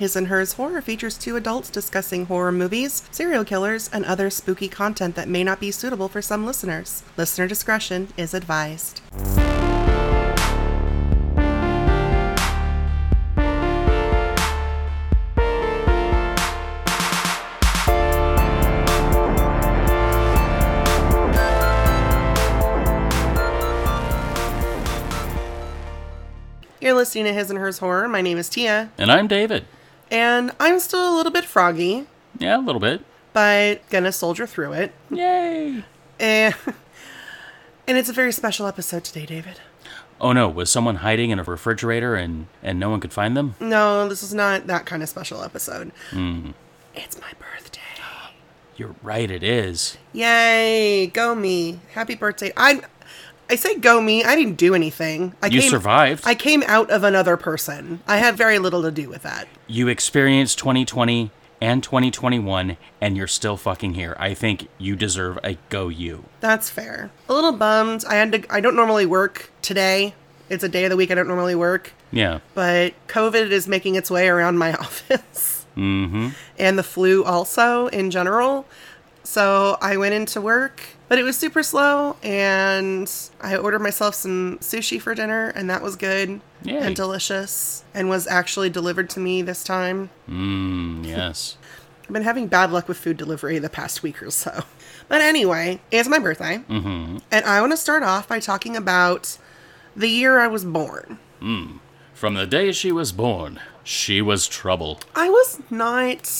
His and Hers Horror features two adults discussing horror movies, serial killers, and other spooky content that may not be suitable for some listeners. Listener discretion is advised. You're listening to His and Hers Horror. My name is Tia, And I'm David. and I'm still a little bit froggy, Yeah, a little bit. but gonna soldier through it. Yay! And, and it's a very special episode today, David. Oh no, was someone hiding in a refrigerator and and no one could find them? No, this is not that kind of special episode. Mm-hmm. It's my birthday. You're right, it is. Yay, go me. Happy birthday. I I say go me. I didn't do anything. I You survived. I came out of another person. I had very little to do with that. You experienced 2020 and 2021 and you're still fucking here. I think you deserve a go you. That's fair. A little bummed. I had to I don't normally work today. It's a day of the week I don't normally work, Yeah. but COVID is making its way around my office. Mhm. mm-hmm, And the flu also in general. So I went into work, but it was super slow and I ordered myself some sushi for dinner and that was good Yay. and delicious and was actually delivered to me this time. Mm, yes. I've been having bad luck with food delivery the past week or so. But anyway, it's my birthday. Mm-hmm. And I want to start off by talking about the year I was born. From the day she was born, she was trouble. I was not.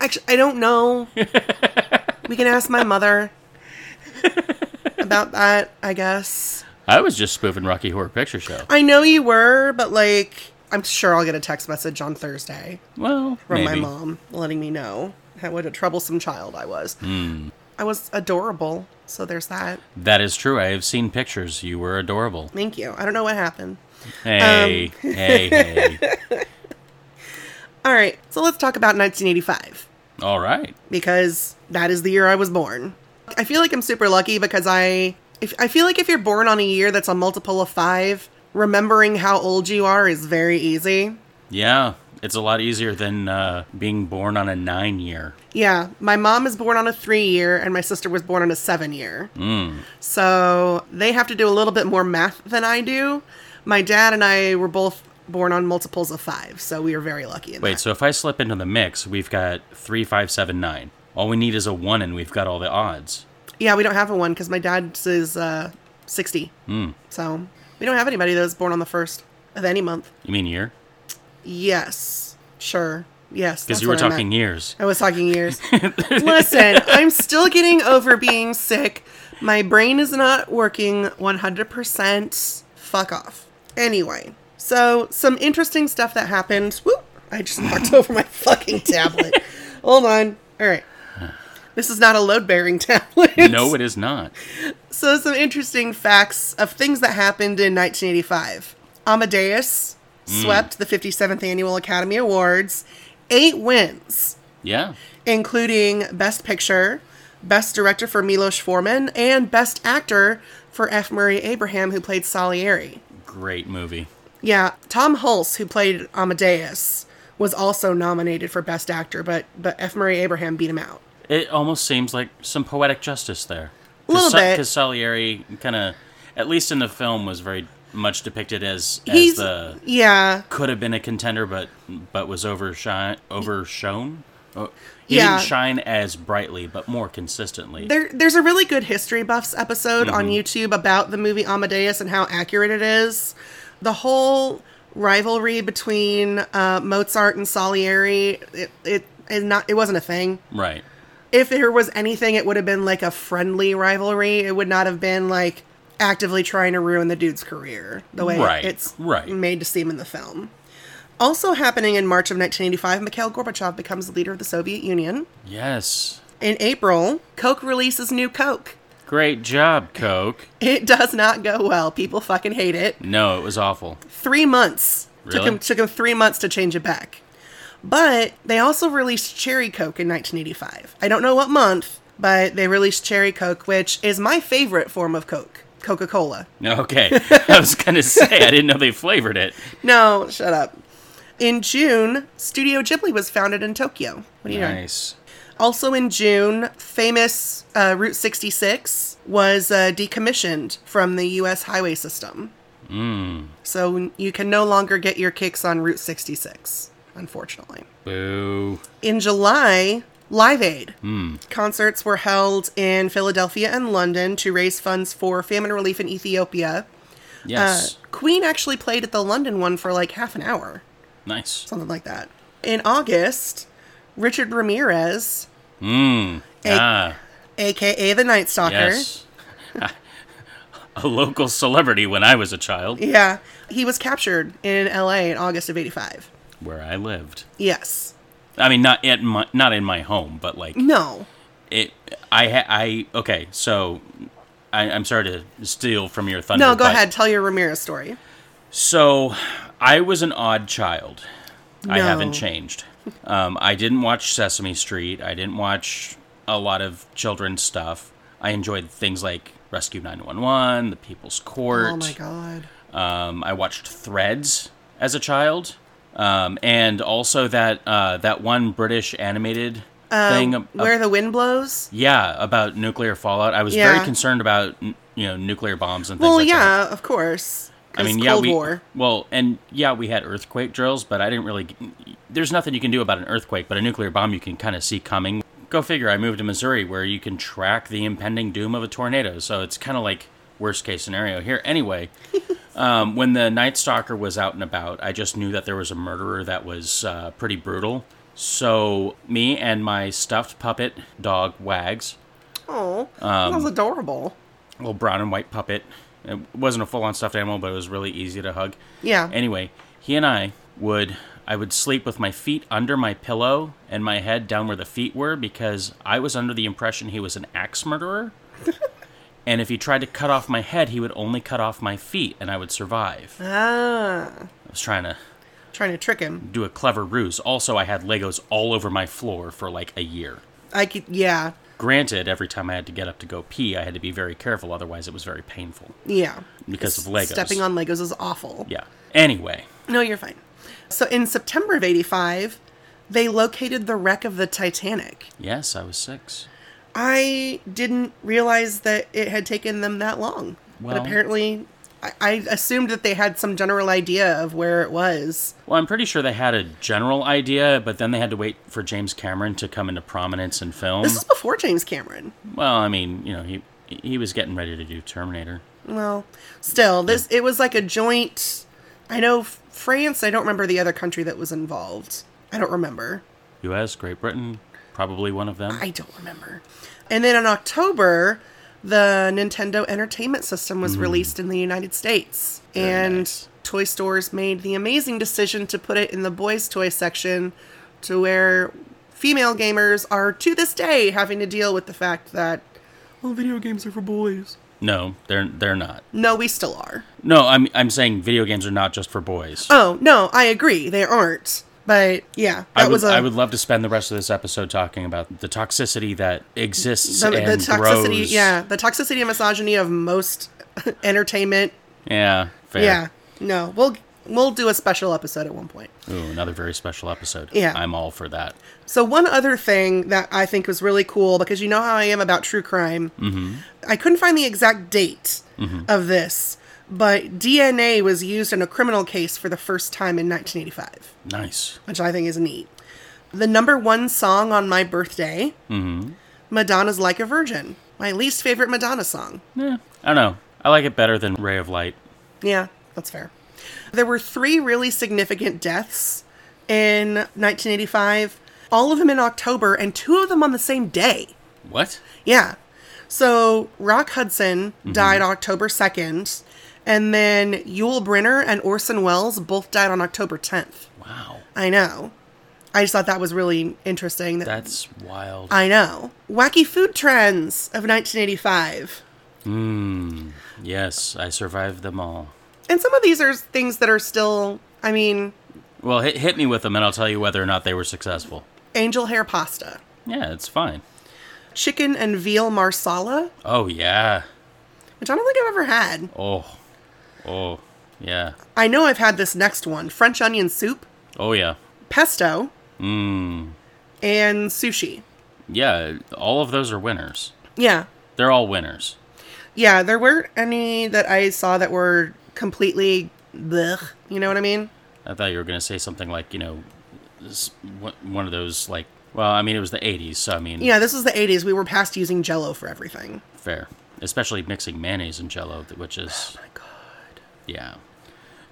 Actually, I don't know. we can ask my mother about that, I guess. I was just spoofing Rocky Horror Picture Show. I know you were, but like, I'm sure I'll get a text message on Thursday Well, from maybe. my mom letting me know how, what a troublesome child I was. I was adorable, so there's that. That is true. I have seen pictures. You were adorable. Thank you. I don't know what happened. Hey, hey, hey. All right, so let's talk about 1985 All right. because that is the year I was born. I feel like I'm super lucky because I if, I feel like if you're born on a year that's a multiple of 5, remembering how old you are is very easy. Yeah, it's a lot easier than uh, being born on a nine year. Yeah, my mom is born on a 3 year and my sister was born on a 7 year. So, they have to do a little bit more math than I do. My dad and I were both born on multiples of 5, so we are very lucky in Wait, that. so if I slip into the mix, we've got three, five, seven, nine. All we need is a one, and we've got all the odds. Yeah, we don't have a one because my dad's is uh, 60. So we don't have anybody that was born on the first of any month. You mean year? Yes, sure. Yes. Because that's you were what I meant. talking years. I was talking years. Listen, I'm still getting over being sick. My brain is not working 100%. Fuck off. Anyway, so some interesting stuff that happened. Whoop! I just knocked over my fucking tablet. Hold on. All right. This is not a load bearing tablet. No, it is not. So, some interesting facts of things that happened in 1985. Amadeus Hmm. swept the 57th Annual Academy Awards, eight wins, Yeah. including Best Picture, Best Director for Milos Forman, and Best Actor for F. Murray Abraham, who played Salieri. Great movie. Yeah, Tom Hulse, who played Amadeus, was also nominated for Best Actor, but, but F. Murray Abraham beat him out. It almost seems like some poetic justice there. Little bit. Because Salieri kind of, at least in the film, was very much depicted as, as He's, the yeah, could have been a contender, but but was overshine overshone. Oh, he Yeah. didn't shine as brightly, but more consistently. There, there's a really good history buffs episode on Mm-hmm. YouTube about the movie Amadeus and how accurate it is. The whole rivalry between uh, Mozart and Salieri, it, it is not, it wasn't a thing. right. If there was anything, it would have been like a friendly rivalry. It would not have been like actively trying to ruin the dude's career the way Right, it's right. made to seem in the film. Also happening in March of 1985, Mikhail Gorbachev becomes the leader of the Soviet Union. Yes. In April, Coke releases new Coke. Great job, Coke. It does not go well. People fucking hate it. No, it was awful. Three months took Really? him took him three months to change it back. But they also released Cherry Coke in 1985. I don't know what month, but they released Cherry Coke, which is my favorite form of Coke, Coca Cola. Okay. I was going to say, I didn't know they flavored it. No, shut up. In June, Studio Ghibli was founded in Tokyo. What do you know? Nice. Also in June, famous uh, Route 66 was uh, decommissioned from the U.S. highway system. Mm. So you can no longer get your kicks on Route 66, unfortunately. Boo. In July, Live Aid Mm. concerts were held in Philadelphia and London to raise funds for famine relief in Ethiopia. Uh, Yes. Queen actually played at the London one for like half an hour, nice. something like that. In August, Richard Ramirez, Mm. Hey, ah. aka the Night Stalker, Yes. a local celebrity when I was a child, yeah, he was captured in LA in August of 85. where I lived. Yes. I mean, not at my, not in my home, but like No. it. I ha- I okay. So, I, I'm sorry to steal from your thunder. No, go but- ahead. Tell your Ramirez story. So, I was an odd child. I No. haven't changed. Um, I didn't watch Sesame Street. I didn't watch a lot of children's stuff. I enjoyed things like Rescue 911, The People's Court. Oh my god. Um, I watched Threads as a child, um, and also that uh, that one British animated Um, thing. ab- Where the wind blows? yeah, about nuclear fallout. I was Yeah. very concerned about n- you know nuclear bombs and things. Well, like That. yeah, of course. I 'Cause mean, Cold yeah, we War. well, and yeah, we had earthquake drills, but I didn't really. There's nothing you can do about an earthquake, but a nuclear bomb you can kind of see coming. Go figure. I moved to Missouri, where you can track the impending doom of a tornado, so it's kind of like worst case scenario here. Anyway, um, when the Night Stalker was out and about, I just knew that there was a murderer that was uh, pretty brutal. So me and my stuffed puppet dog Wags Oh, Um, that was adorable. little brown and white puppet. It wasn't a full on stuffed animal, but it was really easy to hug. Yeah. Anyway, he and I would I would sleep with my feet under my pillow and my head down where the feet were because I was under the impression he was an axe murderer. and if he tried to cut off my head, he would only cut off my feet and I would survive. Ah, I was trying to trying to trick him. do a clever ruse. Also, I had Legos all over my floor for like a year. I could, yeah, Granted, every time I had to get up to go pee, I had to be very careful, otherwise it was very painful. yeah. Because of Legos. Stepping on Legos is awful. Yeah. Anyway, No, you're fine. So in September of 85, they located the wreck of the Titanic. yes, I was six. I didn't realize that it had taken them that long. Well- but apparently, I, I assumed that they had some general idea of where it was. Well, I'm pretty sure they had a general idea, but then they had to wait for James Cameron to come into prominence in film. This is before James Cameron. Well, I mean, you know, he he was getting ready to do Terminator. Well, still, this it was like a joint. I know F- France. I don't remember the other country that was involved. I don't remember. U.S., Great Britain, probably one of them. I don't remember. And then in October, the Nintendo Entertainment System was released in the United States, and Mm. nice. toy stores made the amazing decision to put it in the boys' toy section, to where female gamers are to this day having to deal with the fact that well, video games are for boys. No, they're they're not. No, we still are. No, I'm I'm saying video games are not just for boys. Oh no, I agree. They aren't. But yeah, that I would, was a I would love to spend the rest of this episode talking about the toxicity that exists the, the and toxicity. grows. Yeah, the toxicity and misogyny of most entertainment. yeah, fair. Yeah, no, we'll we'll do a special episode at one point. Ooh, another very special episode. Yeah. I'm all for that. So one other thing that I think was really cool because you know how I am about true crime. Mm-hmm. I couldn't find the exact date of this, but DNA was used in a criminal case for the first time in 1985. Nice. which I think is neat. The number one song on my birthday, Madonna's Like a Virgin, my least favorite Madonna song. Yeah, I don't know. I like it better than Ray of Light. Yeah, that's fair. There were three really significant deaths in 1985, all of them in October, and two of them on the same day. What? Yeah. So Rock Hudson died October 2nd, and then Yul Brynner and Orson Welles both died on October 10th. Wow, I know. I just thought that was really interesting that that's wild. I know. Wacky food trends of 1985. Mmm. Yes, I survived them all. And some of these are things that are still, I mean, Well, hit, hit me with them, and I'll tell you whether or not they were successful. angel hair pasta, Yeah, it's fine. chicken and veal marsala, Oh yeah. which I don't think I've ever had. Oh, oh, yeah. I know I've had this next one French onion soup, Oh yeah. pesto, Mm. and sushi. Yeah, all of those are winners. Yeah. They're all winners. Yeah, there weren't any that I saw that were completely blech. You know what I mean? I thought you were going to say something like, you know, s- one- one of those like, well, I mean, it was the 80s, so I mean, Yeah, this was the 80s. We were past using jello for everything. fair. Especially mixing mayonnaise and jello, th- which is Oh yeah.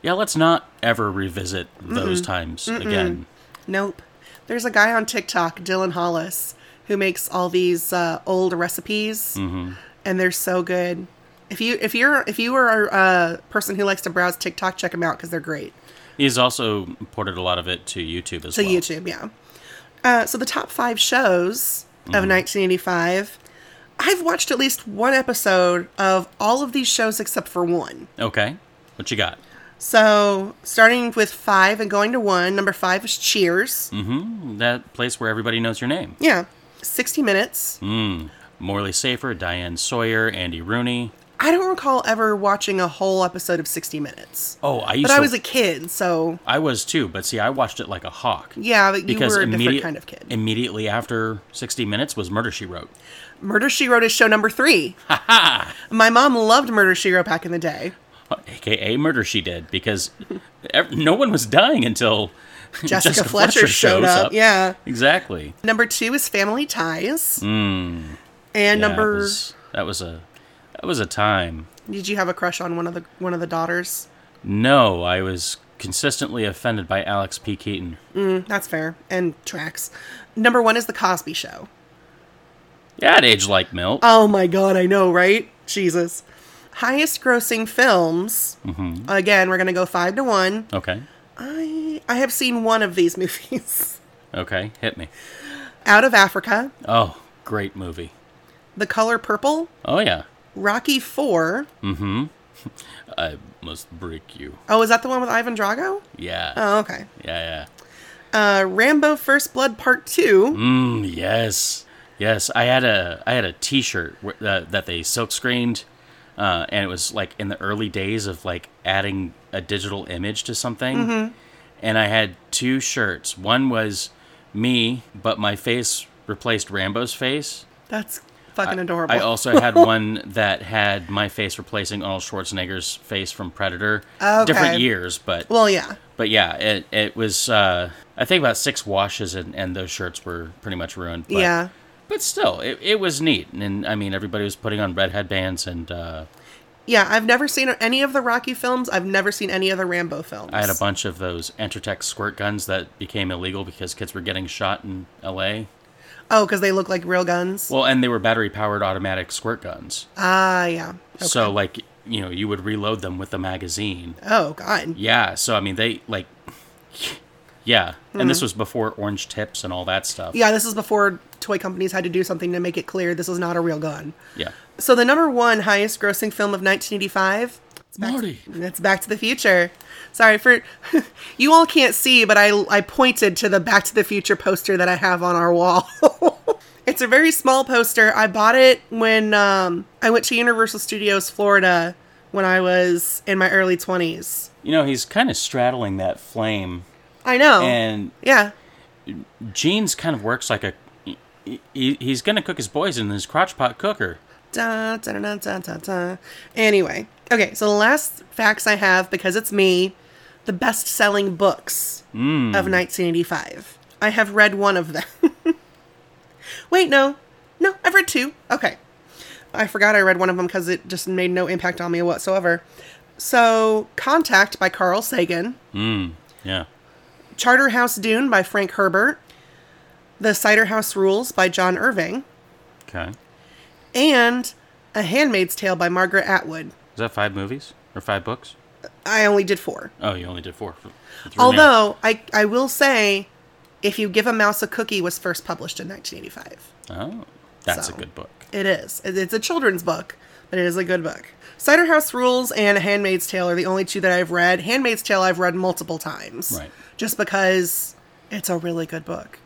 Yeah, let's not ever revisit those times again. Nope. There's a guy on TikTok, Dylan Hollis, who makes all these uh, old recipes, and they're so good. If you if you're if you are a person who likes to browse TikTok, check them out because they're great. He's also ported a lot of it to YouTube as To well. YouTube, yeah. Uh, so the top five shows of 1985, I've watched at least one episode of all of these shows except for one. Okay. What you got? So starting with five and going to one, number five is Cheers. hmm That place where everybody knows your name. Yeah, 60 minutes. Morley Safer, Diane Sawyer, Andy Rooney. I don't recall ever watching a whole episode of 60 Minutes. Oh, I used but to I was a kid, so I was too, but see, I watched it like a hawk. yeah, but you because were a different immediate- kind of kid. Immediately after 60 Minutes was Murder She Wrote. Murder She Wrote is show number three. My mom loved Murder She Wrote back in the day. AKA Murder She Did, because ev- no one was dying until Jessica, Fletcher, showed shows up. Yeah. Exactly. Number two is Family Ties. And Hmm. Yeah, that number, was- that was a that was a time. did you have a crush on one of the one of the daughters? No, I was consistently offended by Alex P. Keaton. Mm, that's fair. And tracks. Number one is The Cosby Show. Yeah, it aged like milk. Oh my god, I know, right? Jesus. Highest grossing films. Mm-hmm. Again, we're gonna go five to one. okay. I I have seen one of these movies. Okay, hit me. Out of Africa, Oh, great movie. The Color Purple, Oh yeah. Rocky Four. I must break you. Oh, is that the one with Ivan Drago? Yeah. Oh, okay. Yeah, yeah. Uh, Rambo: First Blood Part Two. Mm, yes, yes. I had a I had a T-shirt wh- uh, that they silk screened, uh, and it was like in the early days of like adding a digital image to something. Mm-hmm. And I had two shirts. One was me, but my face replaced Rambo's face. That's fucking adorable. I also had one that had my face replacing Arnold Schwarzenegger's face from Predator. Okay. Different years, but well, yeah. but yeah, it it was uh, I think about six washes and, and those shirts were pretty much ruined. But, Yeah. but still, it, it was neat, and, and I mean everybody was putting on red headbands, and uh, Yeah, I've never seen any of the Rocky films. I've never seen any of the Rambo films. I had a bunch of those Entertech squirt guns that became illegal because kids were getting shot in L.A. oh, because they look like real guns. Well, and they were battery powered automatic squirt guns, Ah, yeah. so like you know you would reload them with a magazine. Oh God. Yeah, so I mean they like, yeah, and this was before orange tips and all that stuff. Yeah, this is before toy companies had to do something to make it clear this is not a real gun. yeah. So the number one highest grossing film of 1985. It's back, Marty. It's Back to the Future. Sorry for you all can't see, but I I pointed to the Back to the Future poster that I have on our wall. it's a very small poster. I bought it when um, I went to Universal Studios Florida when I was in my early 20s. You know, he's kind of straddling that flame, I know. and yeah. Gene's kind of works like a. He, he- he's gonna cook his boys in his crotch pot cooker. Da, da, da, da, da, da. Anyway, okay, so the last facts I have, because it's me, the best selling books of 1985. I have read one of them. Wait, no. No, I've read two. Okay. I forgot I read one of them because it just made no impact on me whatsoever. So, Contact by Carl Sagan, Yeah. Charterhouse Dune by Frank Herbert, The Cider House Rules by John Irving, Okay. Is and A Handmaid's Tale by Margaret Atwood. that five movies or five books? I only did four. Oh, you only did four. It threw me off. Although I, I will say, If You Give a Mouse a Cookie was first published in 1985. oh, that's So. a good book. It is. It- It's a children's book, but it is a good book. Cider House Rules and A Handmaid's Tale are the only two that I've read. Handmaid's Tale I've read multiple times, Right. just because it's a really good book.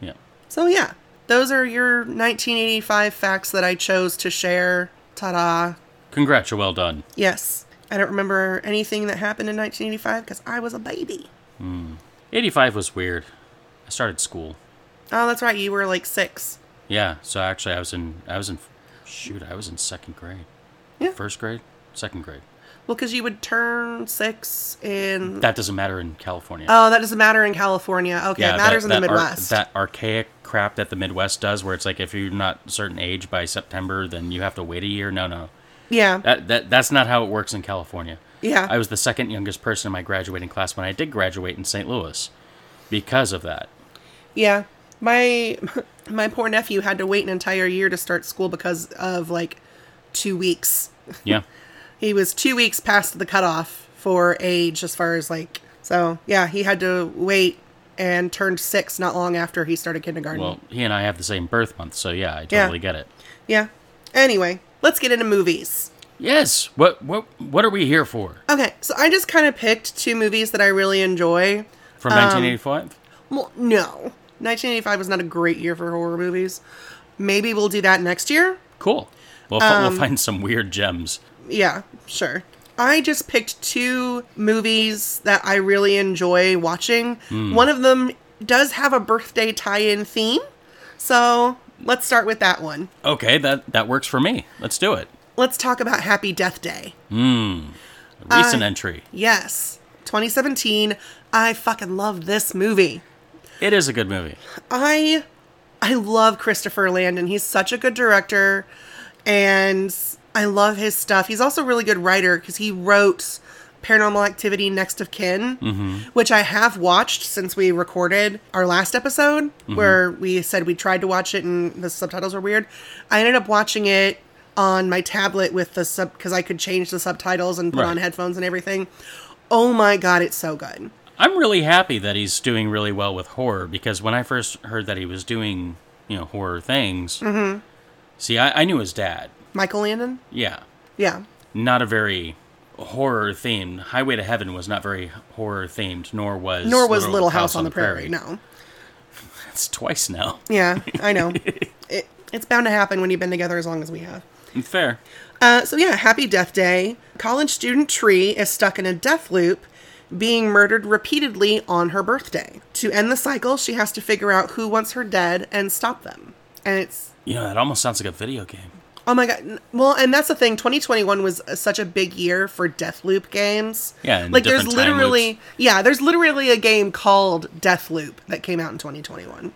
Yeah. So yeah, those are your 1985 facts that I chose to share. Ta-da! Congrats, you're well done. Yes. I don't remember anything that happened in 1985 because I was a baby. 85 was weird. I started school. Oh, that's right. You were like six. Yeah, so actually I was in I was in shoot, I was in second grade. Yeah. First grade, second grade. Well, because you would turn six in. That doesn't matter in California. oh, that doesn't matter in California. Okay, it matters in the ar- Midwest. that archaic crap that the Midwest does, where it's like if you're not a certain age by September, then you have to wait a year. No, no, yeah. that, that that's not how it works in California. yeah. I was the second youngest person in my graduating class when I did graduate in St. Louis, because of that. Yeah. My my poor nephew had to wait an entire year to start school because of like 2 weeks. Yeah, He was 2 weeks past the cutoff for age as far as like so yeah, he had to wait and turned 6 not long after he started kindergarten. well, he and I have the same birth month, so yeah, I Yeah. totally get it. yeah. Anyway, let's get into movies. Yes, what what what are we here for? Okay, so I just kind of picked two movies that I really enjoy. From 1985? Well, no. 1985 was not a great year for horror movies. Maybe we'll do that next year. Cool. We'll, fi- we'll find some weird gems. Yeah, sure. I just picked two movies that I really enjoy watching. One of them does have a birthday tie-in theme. So, let's start with that one. Okay, that that works for me. Let's do it. Let's talk about Happy Death Day. Recent entry. Yes, 2017. I fucking love this movie. It is a good movie. I I love Christopher Landon. He's such a good director and I love his stuff. He's also a really good writer because he wrote Paranormal Activity Next of Kin, which I have watched since we recorded our last episode where we said we tried to watch it and the subtitles were weird. I ended up watching it on my tablet with the sub because I could change the subtitles and put Right. on headphones and everything. Oh my god, it's so good. I'm really happy that he's doing really well with horror because when I first heard that he was doing, you know, horror things, see, I, I knew his dad. Michael Landon? Yeah. Yeah. Not a very horror themed. Highway to Heaven was not very horror themed, nor was. Nor was Little, House, on the Prairie. No. It's twice now. Yeah, I know. it, it's bound to happen when you've been together as long as we have. Fair. Uh, so, yeah, happy death day. College student Tree is stuck in a death loop, being murdered repeatedly on her birthday. To end the cycle, she has to figure out who wants her dead and stop them. And it's, You know, that almost sounds like a video game. oh my God. n- Well, and that's the thing 2021 was uh, such a big year for death loop games. Yeah, and like there's different time literally, loops. yeah, there's literally a game called Death Loop that came out in 2021.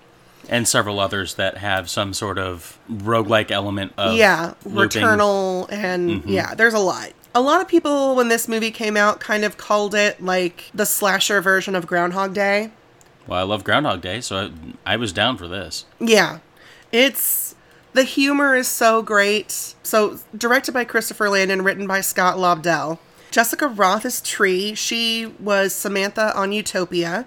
And several others that have some sort of roguelike element of. yeah looping. returnal and yeah there's a lot a lot of people when this movie came out kind of called it like the slasher version of groundhog day Well, I love Groundhog Day, so I, I was down for this. yeah it's the humor is so great so directed by christopher landon written by scott lobdell jessica roth is tree she was samantha on utopia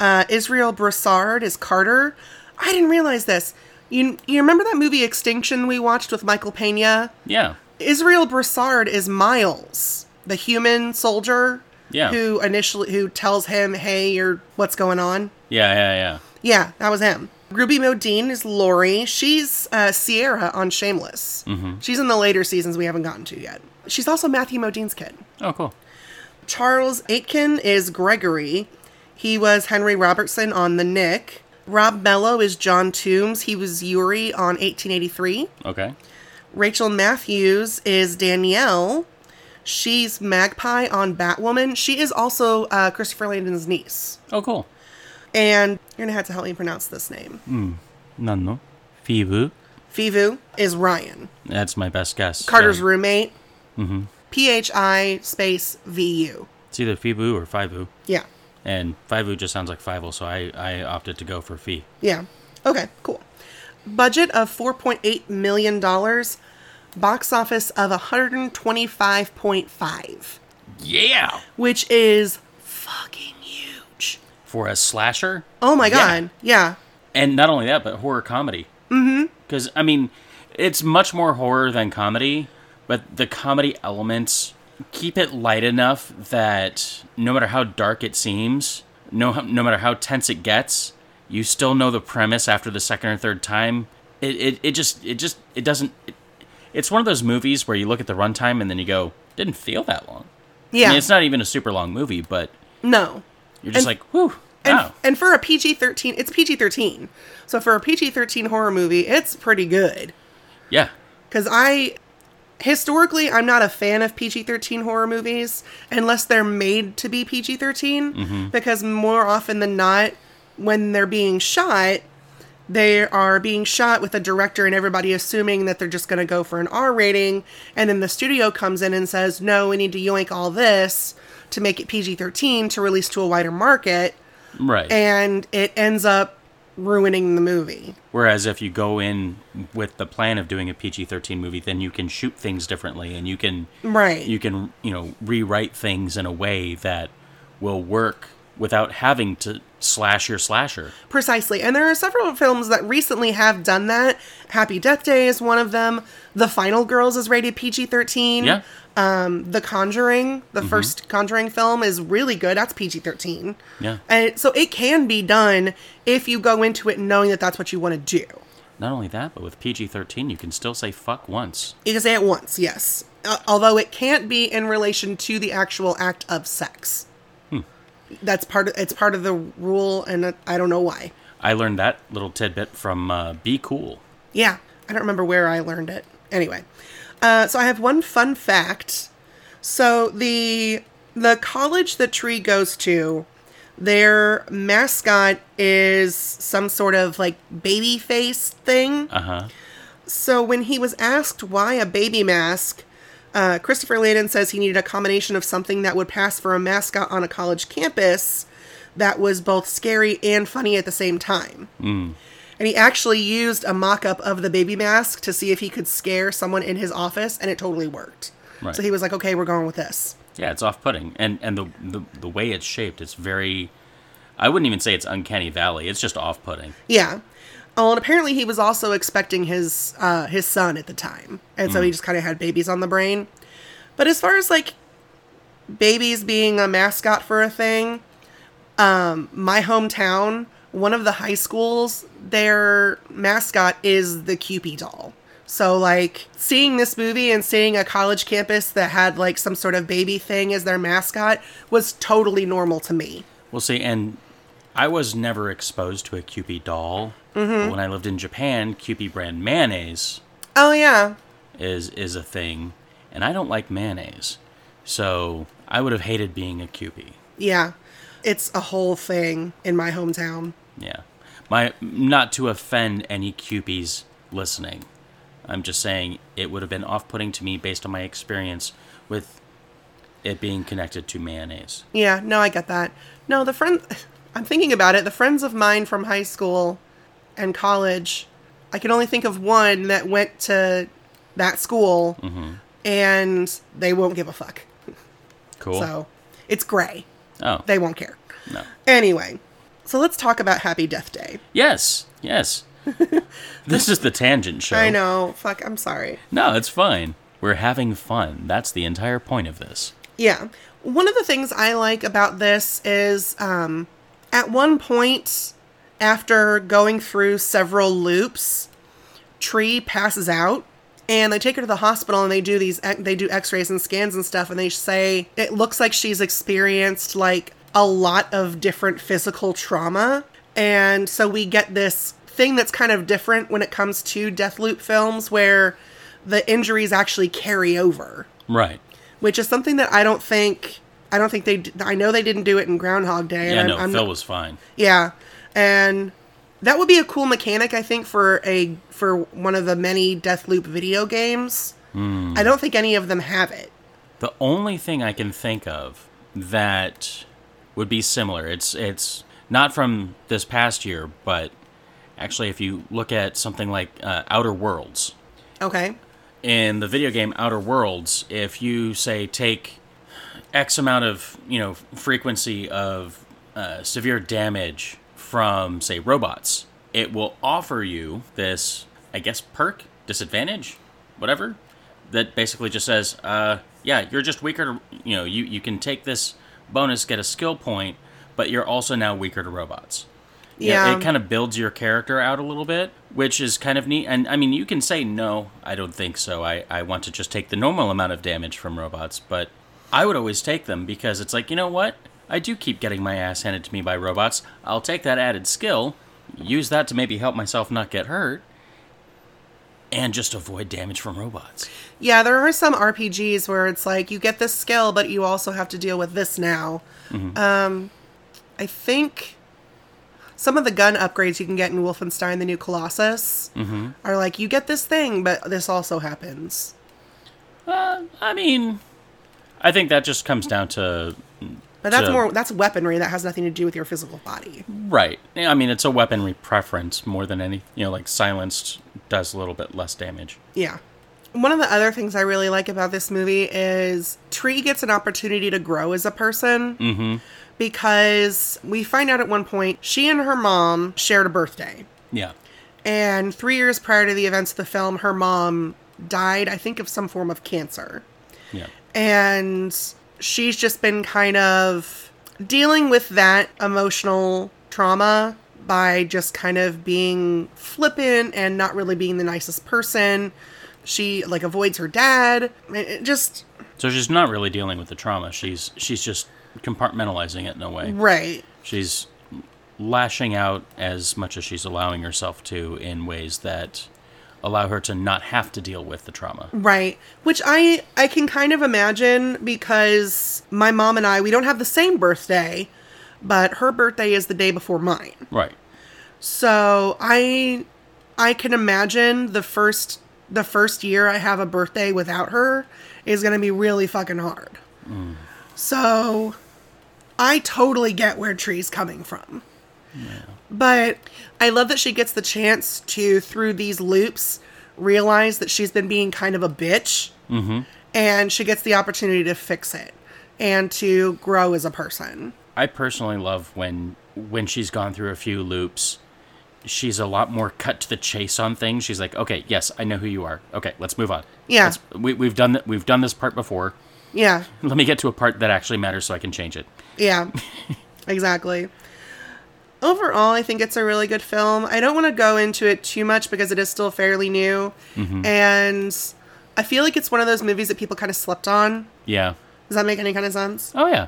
uh, israel brassard is carter i didn't realize this you, you remember that movie extinction we watched with michael pena Yeah. Israel Brassard is Miles, the human soldier Yeah. who initially who tells him, "Hey, you're what's going on?" Yeah, yeah, yeah. Yeah, that was him. Ruby Modine is Lori. She's uh, Sierra on Shameless. She's in the later seasons we haven't gotten to yet. She's also Matthew Modine's kid. Oh, cool. Charles Aitken is Gregory. He was Henry Robertson on The Nick. Rob Mello is John Toombs. He was Yuri on 1883. Okay. Rachel Matthews is Danielle. She's Magpie on Batwoman. She is also uh, Christopher Landon's niece. Oh, cool. And you're going to have to help me pronounce this name. Nanno. Fibu. Fivu is Ryan, That's my best guess. Carter's Yeah. roommate. P H I space V U. It's either Fibu or Fivu. Yeah. And Fivu just sounds like Fivel, so I, I opted to go for Fee. Yeah. Okay, cool. Budget of $4.8 million, box office of 125.5, Yeah! which is fucking huge. For a slasher? Oh my Yeah. god. Yeah. And not only that, but horror comedy. Mm-hmm. Because, I mean, it's much more horror than comedy, but the comedy elements keep it light enough that no matter how dark it seems, no, no matter how tense it gets, you still know the premise after the second or third time. It, it, it just, it just, it doesn't, it, it's one of those movies where you look at the runtime and then you go, didn't feel that long. I Yeah. mean, it's not even a super long movie, but no. You're And- just like, whew, And, wow. and for a PG 13, it's PG 13. So for a PG 13 horror movie, it's pretty good. Yeah. Because I, historically, I'm not a fan of PG 13 horror movies unless they're made to be PG 13. Because more often than not, when they're being shot, they are being shot with a director and everybody assuming that they're just going to go for an R rating. And then the studio comes in and says, no, we need to yoink all this to make it PG 13 to release to a wider market. Right. And it ends up ruining the movie. Whereas if you go in with the plan of doing a PG thirteen movie, then you can shoot things differently, and you can Right. you can you know rewrite things in a way that will work without having to slash your slasher. Precisely. And there are several films that recently have done that. Happy Death Day is one of them. The Final Girls is rated PG 13. Yeah. Mm-hmm. Um, the Conjuring, the first Conjuring film, is really good. That's PG 13. Yeah. And so it can be done if you go into it knowing that that's what you want to do. Not only that, but with PG thirteen, you can still say fuck once. You can say it once, yes. Uh, although it can't be in relation to the actual act of sex. Hmm. That's part of it's part of the rule, and uh, I don't know why. I learned that little tidbit from uh, Be Cool. Yeah, I don't remember where I learned it. Anyway, uh, so I have one fun fact. So the the college the tree goes to, their mascot is some sort of like baby face thing. Uh huh. So when he was asked why a baby mask, uh, Christopher Landon says he needed a combination of something that would pass for a mascot on a college campus that was both scary and funny at the same time. And he actually used a mock up of the baby mask to see if he could scare someone in his office, and it totally worked. Right. So he was like, okay, we're going with this. Yeah, it's off putting, and and the, the the way it's shaped, it's very. I wouldn't even say it's uncanny valley. It's just off putting. Yeah. Oh, and apparently he was also expecting his uh, his son at the time, and so he just kind of had babies on the brain. But as far as like babies being a mascot for a thing, um, my hometown, one of the high schools, their mascot is the Cupid doll. So like seeing this movie and seeing a college campus that had like some sort of baby thing as their mascot was totally normal to me. Well, see, and I was never exposed to a Kewpie doll. When I lived in Japan, Kewpie brand mayonnaise Oh yeah, is is a thing, and I don't like mayonnaise, so I would have hated being a Kewpie. Yeah. It's a whole thing in my hometown. Yeah, my not to offend any Kewpies listening. I'm just saying it would have been off-putting to me based on my experience with it being connected to mayonnaise. Yeah, no, I get that. No, the friend I'm thinking about it, the friends of mine from high school and college, I can only think of one that went to that school and they won't give a fuck. Cool. So it's gray. oh They won't care. no. Anyway, so let's talk about Happy Death Day. Yes. Yes. this is the tangent show. I know. Fuck, I'm sorry. No, it's fine. We're having fun. That's the entire point of this. Yeah. One of the things I like about this is um, at one point, after going through several loops, Tree passes out and they take her to the hospital and they do these they do x-rays and scans and stuff and they say it looks like she's experienced like a lot of different physical trauma and so we get this thing that's kind of different when it comes to Deathloop films where the injuries actually carry over Right. which is something that I don't think I don't think they d- I know they didn't do it in Groundhog Day. and Yeah, I'm- no, I'm Phil not- was fine. yeah, and that would be a cool mechanic I think for a for one of the many Deathloop video games. Hmm. I don't think any of them have it. The only thing I can think of that would be similar, it's it's not from this past year, but actually if you look at something like uh, Outer Worlds, Okay. in the video game Outer Worlds, if you say take X amount of you know frequency of uh, severe damage from say robots, it will offer you this I guess perk disadvantage, whatever, that basically just says uh, yeah you're just weaker to you know you you can take this bonus get a skill point, but you're also now weaker to robots. You know, Yeah. it kind of builds your character out a little bit, which is kind of neat. And I mean, you can say no, I don't think so. I I want to just take the normal amount of damage from robots, but I would always take them because it's like you know what. I do keep getting my ass handed to me by robots. I'll take that added skill, use that to maybe help myself not get hurt, and just avoid damage from robots. Yeah, there are some RPGs where it's like you get this skill, but you also have to deal with this now. Mm-hmm. Um, I think some of the gun upgrades you can get in Wolfenstein: The New Colossus Mm-hmm. are like you get this thing, but this also happens. Uh, I mean, I think that just comes down to But that's So- more that's weaponry that has nothing to do with your physical body. right. Yeah, I mean, it's a weaponry preference more than any. You know, like silenced does a little bit less damage. Yeah. One of the other things I really like about this movie is Tree gets an opportunity to grow as a person because we find out at one point she and her mom shared a birthday. Yeah. And three years prior to the events of the film, her mom died, I think, of some form of cancer. Yeah. And she's just been kind of dealing with that emotional trauma by just kind of being flippant and not really being the nicest person. She like avoids her dad. It- it just So she's not really dealing with the trauma. She's she's just compartmentalizing it in a way. right. She's lashing out as much as she's allowing herself to in ways that allow her to not have to deal with the trauma. Right. Which I I can kind of imagine because my mom and I we don't have the same birthday, but her birthday is the day before mine. Right. So I I can imagine the first the first year I have a birthday without her is going to be really fucking hard. So I totally get where Tree's coming from. But I love that she gets the chance to through these loops realize that she's been being kind of a bitch and she gets the opportunity to fix it and to grow as a person. I personally love when when she's gone through a few loops. She's a lot more cut to the chase on things. She's like, "Okay, yes, I know who you are. Okay, let's move on. Yeah. Let's- we, we've done th- we've done this part before. Yeah. Let me get to a part that actually matters, so I can change it. Yeah, exactly. Overall, I think it's a really good film. I don't want to go into it too much because it is still fairly new. And I feel like it's one of those movies that people kind of slept on. Yeah. Does that make any kind of sense? Oh yeah.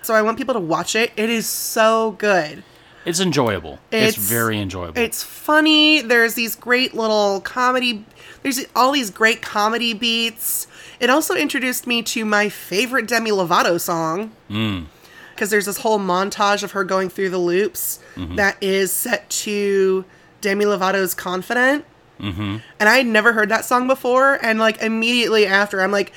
So I want people to watch it. It is so good. It's enjoyable. It's, It's- very enjoyable. It's funny. There's these great little comedy. There's all these great comedy beats. It also introduced me to my favorite Demi Lovato song. Because there's this whole montage of her going through the loops that is set to Demi Lovato's Confident. And I had never heard that song before. And like immediately after, I'm like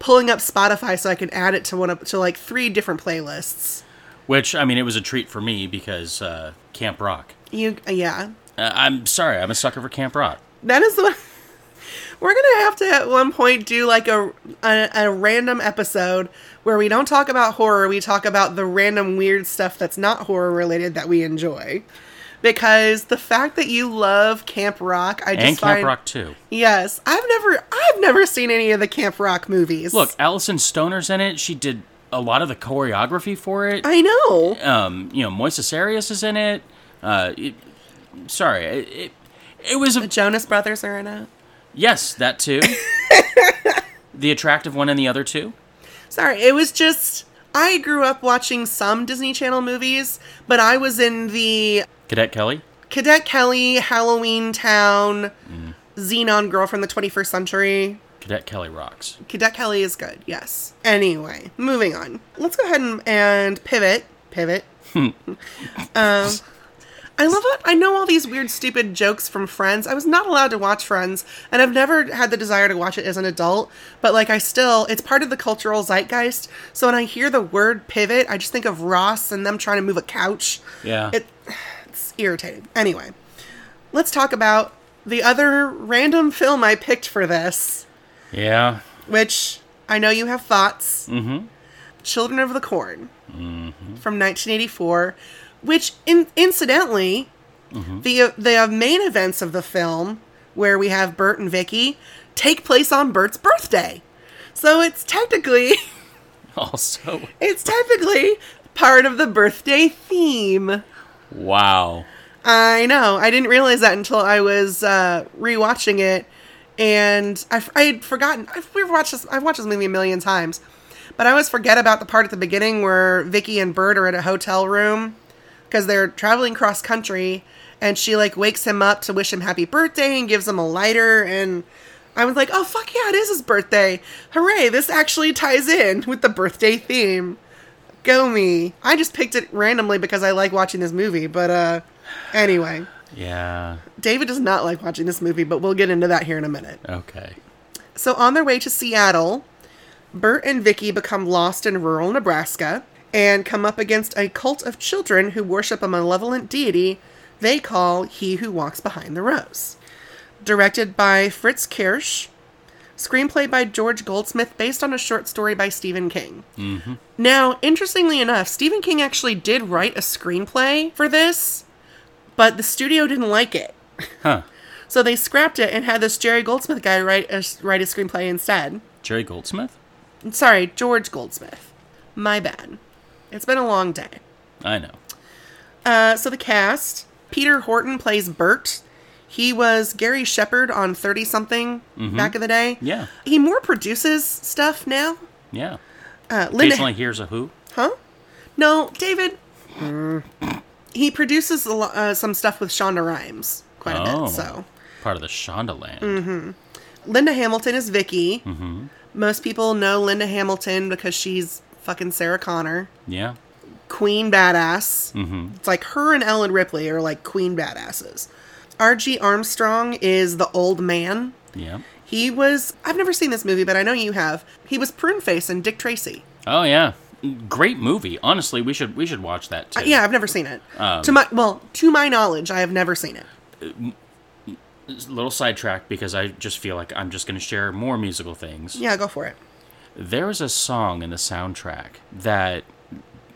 pulling up Spotify so I can add it to one of to like three different playlists. Which I mean, it was a treat for me because uh, Camp Rock. You yeah. Uh, I'm sorry, I'm a sucker for Camp Rock. That is the. We're gonna have to at one point do like a, a a random episode where we don't talk about horror. We talk about the random weird stuff that's not horror related that we enjoy, because the fact that you love Camp Rock, I just and find Camp Rock Two. yes, I've never I've never seen any of the Camp Rock movies. Look, Allison Stoner's in it. She did a lot of the choreography for it. I know. um, you know, Moises Arias is in it. Uh, it sorry, it, it it was a Jonas Brothers are in it. yes that too. the attractive one and the other two. Sorry, it was just I grew up watching some Disney Channel movies, but I was in the Cadet Kelly. Cadet Kelly, Halloween Town, Xenon Girl from the 21st Century. Cadet Kelly rocks. Cadet Kelly is good, yes. Anyway, moving on. Let's go ahead and, and pivot. Pivot. um, I love it. I know all these weird, stupid jokes from Friends. I was not allowed to watch Friends, and I've never had the desire to watch it as an adult, but like I still, it's part of the cultural zeitgeist. So when I hear the word pivot, I just think of Ross and them trying to move a couch. Yeah. It, it's irritating. Anyway, let's talk about the other random film I picked for this, yeah. which I know you have thoughts. Mm-hmm. Children of the Corn from 1984, which in- incidentally, the the main events of the film where we have Bert and Vicky take place on Bert's birthday. So it's technically Also, it's technically part of the birthday theme. wow. I know. I didn't realize that until I was uh, rewatching it, and I, f- I had forgotten. I've, we've watched this. I've watched this movie a million times, But I always forget about the part at the beginning where Vicky and Bert are at a hotel room because they're traveling cross country, and she like wakes him up to wish him happy birthday and gives him a lighter and. I was like, oh, fuck yeah, it is his birthday. Hooray, this actually ties in with the birthday theme. Go me. I just picked it randomly because I like watching this movie, but uh anyway. Yeah. David does not like watching this movie, but we'll get into that here in a minute. Okay. So on their way to Seattle, Bert and Vicky become lost in rural Nebraska and come up against a cult of children who worship a malevolent deity they call He Who Walks Behind the Rose directed by Fritz Kirsch, screenplay by George Goldsmith, based on a short story by Stephen King. Mm-hmm. Now, interestingly enough, Stephen King actually did write a screenplay for this, but the studio didn't like it. Huh. So they scrapped it and had this Jerry Goldsmith guy write a, write a screenplay instead. Jerry Goldsmith? Sorry, George Goldsmith. My bad. It's been a long day. I know. Uh, so the cast Peter Horton plays Bert, he was Gary Shepard on 30 something back in the day. Mm-hmm. Yeah. He more produces stuff now. Yeah. Uh, Linda, Occasionally here's a who. huh? No, David. He produces a lo- uh, some stuff with Shonda Rhimes quite a Oh. bit. So Mm-hmm. Part of the Shondaland. Linda Hamilton is Vicky. Mm-hmm. Most people know Linda Hamilton because she's fucking Sarah Connor, Yeah. Queen badass. Mm-hmm. It's like her and Ellen Ripley are like Queen badasses. R.G. Armstrong is the old man. Yeah. He was, I've never seen this movie, but I know you have. He was Pruneface and Dick Tracy. Uh, Oh yeah. Great movie. Honestly, we should we should watch that too. Uh, Yeah, I've never seen it. Um, to my well, to my knowledge, I have never seen it. Little sidetrack because I just feel like I'm just going to share more musical things. Yeah, go for it. There is a song in the soundtrack that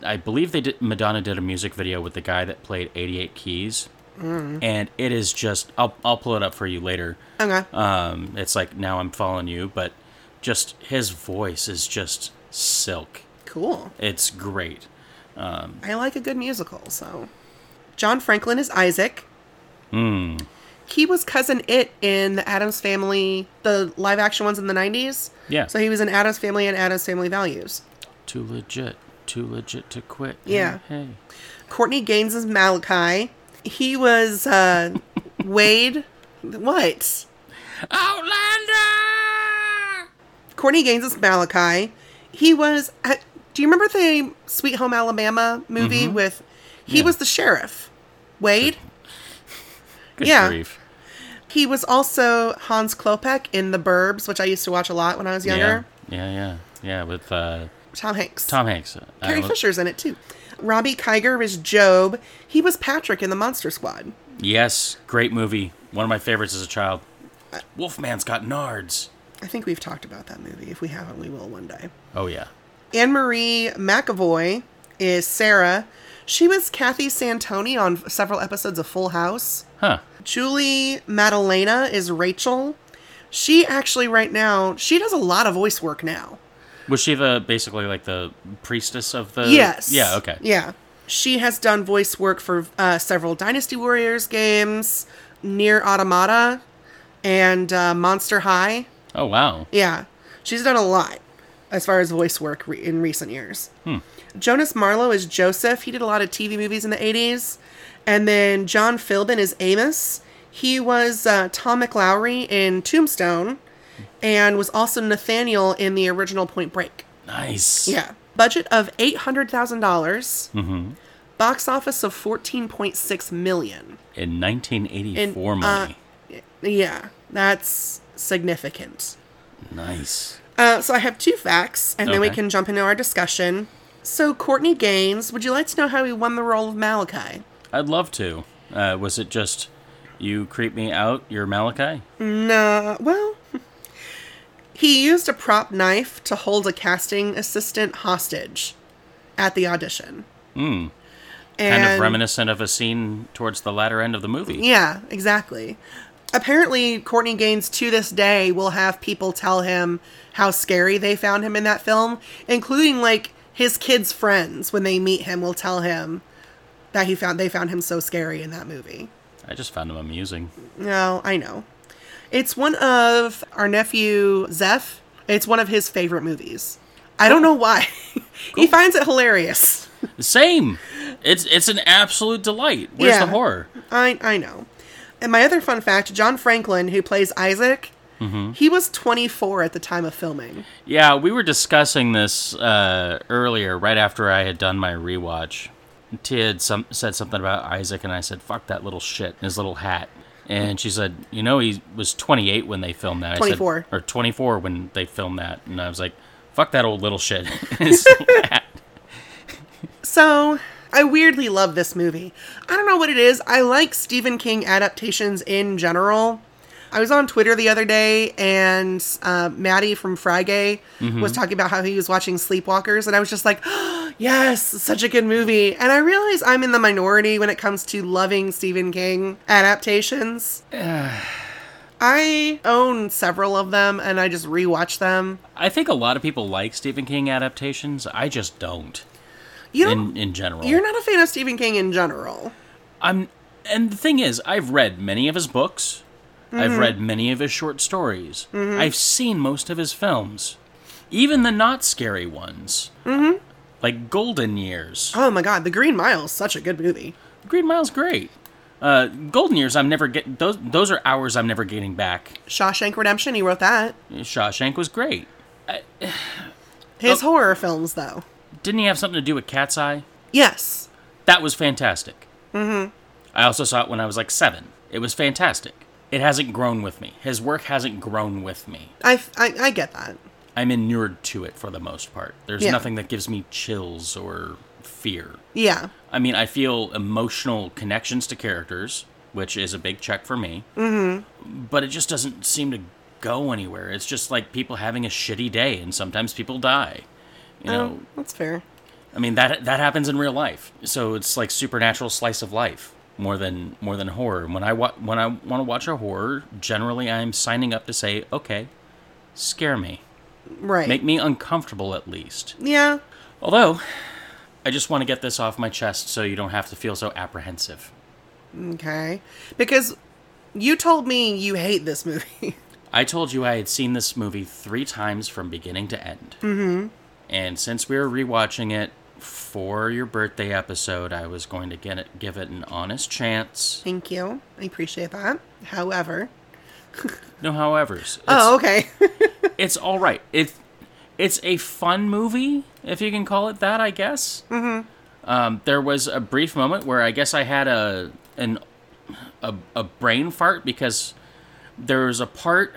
I believe they did. Madonna did a music video with the guy that played 88 Keys, Mm-hmm. and it is just. I'll I'll pull it up for you later. Okay. Um, it's like now I'm following you, but just his voice is just silk. Cool. It's great. I like a good musical, so John Franklin is Isaac. Hmm. He was cousin It in the Adams Family, the live action ones in the 90s. Yeah. So he was in Adams Family and Adams Family Values. Too legit. Too legit to quit. Yeah. Hey. Courtney Gaines is Malachi. He was uh, Wade. What? Outlander. Courtney Gaines is Malachi. He was. At, do you remember the Sweet Home Alabama movie with? He Mm-hmm. Yeah. was the sheriff, Wade. Good Yeah. grief. He was also Hans Klopek in The Burbs, which I used to watch a lot when I was Yeah. younger. Yeah. Yeah. Yeah. With uh, Tom Hanks. Tom Hanks. Uh, Carrie well, Fisher's in it too. Robbie Kiger is Job. He was Patrick in the Monster Squad. Yes. Great movie. One of my favorites as a child. Wolfman's got nards. I think we've talked about that movie. If we haven't, we will one day. Oh yeah. Anne Marie McAvoy is Sarah. She was Kathy Santoni on several episodes of Full House. Huh. Julie Madalena is Rachel. She actually right now she does a lot of voice work now. Was she the basically like the priestess of the? yes. Yeah. Okay. Yeah. She has done voice work for uh, several Dynasty Warriors games, Near Automata, and uh, Monster High. Oh wow. Yeah, she's done a lot as far as voice work re- in recent years. Hmm. Jonas Marlowe is Joseph. He did a lot of TV movies in the 80s. And then John Philbin is Amos. He was uh, Tom McLowry in Tombstone and was also Nathaniel in the original Point Break. Nice. Yeah. Budget of $800,000. dollars Mm-hmm. Box office of 14.6 million. In 1984 uh, money. Yeah, that's significant. nice. Uh, so I have two facts, and then we Okay. can jump into our discussion. So Courtney Gaines, would you like to know how he won the role of Malachi? I'd love to. Uh, was it just you creep me out? You're Malachi. No, well, he used a prop knife to hold a casting assistant hostage at the audition. Mm. Hmm. kind of reminiscent of a scene towards the latter end of the movie. Yeah, exactly. Apparently, Courtney Gaines to this day will have people tell him how scary they found him in that film, including like his kids' friends when they meet him will tell him that he found they found him so scary in that movie. I just found him amusing. No, I know. It's one of our nephew Zeph. It's one of his favorite movies. I don't know why. he finds it hilarious. Same. It's it's an absolute delight. Where's Yeah. the horror? I I know. And my other fun fact: John Franklin, who plays Isaac, he was 24 at the time of filming. Yeah, we were discussing this uh, earlier, right after I had done my rewatch. Tia had some, said something about Isaac, and I said, "Fuck that little shit in his little hat." And she said, "You know, he was 28 when they filmed that." I said- 24. or 24 when they filmed that, and I was like, "Fuck that old little shit." in his little hat. So I weirdly love this movie. I don't know what it is. I like Stephen King adaptations in general. I was on Twitter the other day, and uh, Maddie from Frygay was talking about how he was watching Sleepwalkers, and I was just like, "Yes, such a good movie." And I realize I'm in the minority when it comes to loving Stephen King adaptations. I own several of them, and I just rewatch them. I think a lot of people like Stephen King adaptations. I just don't. You don't, In in general, you're not a fan of Stephen King in general. I'm and the thing is, I've read many of his books. I've read many of his short stories. I've seen most of his films. Even the not scary ones. Mm-hmm. Like Golden Years. Oh my god, The Green Mile is such a good movie. Green Mile's great. Uh, Golden Years I'm never get those those are hours I'm never getting back. Shawshank Redemption, he wrote that. Shawshank was great. His horror films, though. Didn't he have something to do with Cat's Eye? Yes. That was fantastic. Mm-hmm. I also saw it when I was like seven. It was fantastic. It hasn't grown with me. His work hasn't grown with me. I, I, I get that. I'm inured to it for the most part. There's Yeah. nothing that gives me chills or fear. Yeah. I mean, I feel emotional connections to characters, which is a big check for me. Mm-hmm. But it just doesn't seem to go anywhere. It's just like people having a shitty day, and sometimes people die. You know, That's fair. I mean that that happens in real life. So it's like supernatural slice of life more than more than horror. When I wa- when I want to watch a horror, generally I'm signing up to say, okay, scare me, Right. make me uncomfortable at least. yeah. Although, I just want to get this off my chest so you don't have to feel so apprehensive. Okay. Because you told me you hate this movie. I told you I had seen this movie three times from beginning to end. Mm-hmm. And since we were rewatching it for your birthday episode, I was going to get it, give it an honest chance. Thank you. I appreciate that. However. No, however's. It's, Oh, okay. it's all right. It, it's a fun movie, if you can call it that, I guess. Mm-hmm. Um, there was a brief moment where I guess I had a an a, a brain fart because there was a part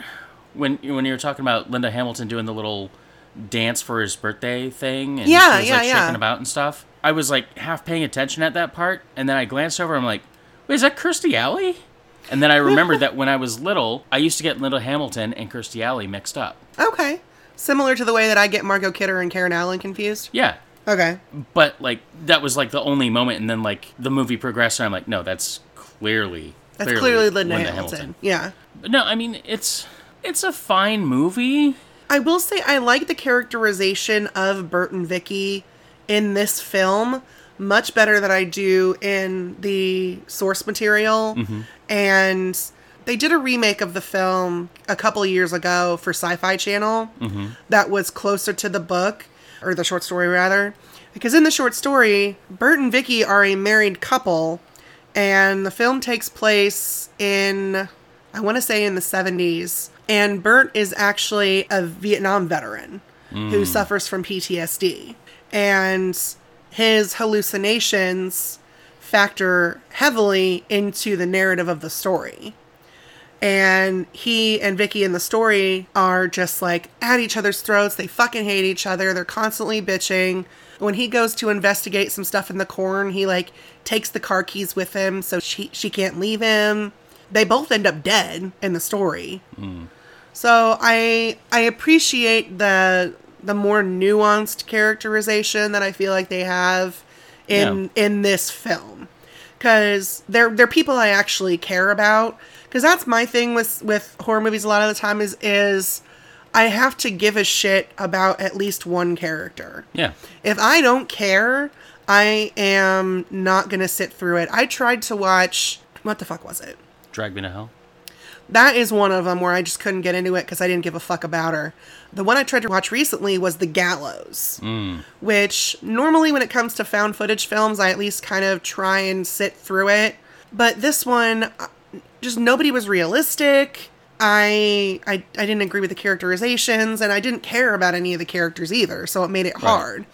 when when you were talking about Linda Hamilton doing the little dance for his birthday thing and Yeah, she was yeah, like yeah. shaking about and stuff. I was like half paying attention at that part, and then I glanced over. I'm like, wait, is that Kirstie Alley? And then I remembered that when I was little, I used to get Linda Hamilton and Kirstie Alley mixed up. okay. Similar to the way that I get Margot Kidder and Karen Allen confused. Yeah, Okay. but like that was like the only moment, and then like the movie progressed, and I'm like, no, that's clearly That's clearly, Linda, Hamilton. Yeah. But No, I mean it's it's a fine movie. I will say I like the characterization of Bert and Vicky in this film much better than I do in the source material. And they did a remake of the film a couple years ago for Sci Fi Channel that was closer to the book, or the short story rather. Because in the short story, Bert and Vicky are a married couple, and the film takes place in I want to say in the 70s. And Bert is actually a Vietnam veteran who suffers from PTSD. And his hallucinations factor heavily into the narrative of the story. And he and Vicky in the story are just like at each other's throats. They fucking hate each other. They're constantly bitching. When he goes to investigate some stuff in the corn, he like takes the car keys with him so she she can't leave him. They both end up dead in the story. So I I appreciate the the more nuanced characterization that I feel like they have in in this film because they're they're people I actually care about because that's my thing with with horror movies a lot of the time is is I have to give a shit about at least one character. Yeah, If I don't care, I am not going to sit through it. I tried to watch what the fuck was it? Drag Me to Hell. That is one of them where I just couldn't get into it because I didn't give a fuck about her. The one I tried to watch recently was The Gallows, which normally when it comes to found footage films, I at least kind of try and sit through it. But this one, uh, just nobody was realistic. I, I I didn't agree with the characterizations, and I didn't care about any of the characters either, so it made it hard.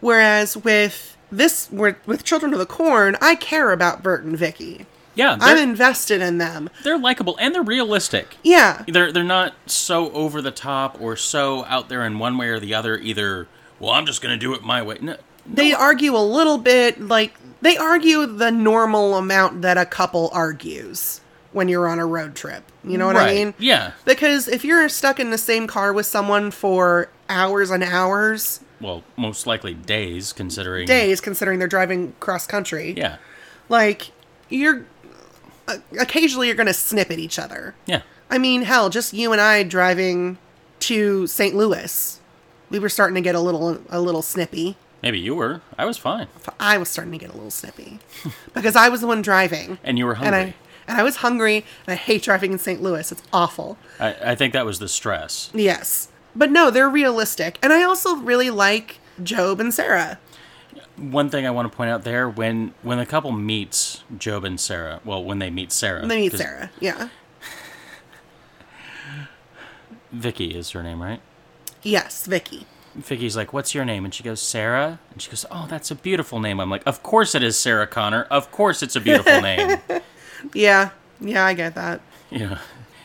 Whereas with this, with with Children of the Corn, I care about Bert and Vicky. Yeah, they're, I'm invested in them. they're likable and they're realistic. Yeah, They're they're not so over the top or so out there in one way or the other. Either well, I'm just gonna do it my way. No, they argue a little bit like they argue the normal amount that a couple argues when you're on a road trip. You know what I Right, mean? yeah. Because if you're stuck in the same car with someone for hours and hours, well, most likely days considering days considering they're driving cross country, Yeah, like you're uh, occasionally you're going to snip at each other. yeah, I mean, hell, just you and I driving to St. Louis, we were starting to get a little a little snippy. maybe you were. I was fine, I was starting to get a little snippy because I was the one driving. and you were and hungry. I and I was hungry and I hate driving in St. Louis. It's awful. I, I think that was the stress. Yes. But no, they're realistic. And I also really like Job and Sarah. One thing I want to point out there when when the couple meets Job and Sarah, well, when they meet Sarah, They meet 'cause Sarah. Yeah. Vicky is her name, right? Yes, Vicky. Vicky's like, "What's your name?" And she goes, "Sarah." And she goes, "Oh, that's a beautiful name." I'm like, "Of course it is, Sarah Connor. Of course it's a beautiful name." Yeah. Yeah, I get that. Yeah.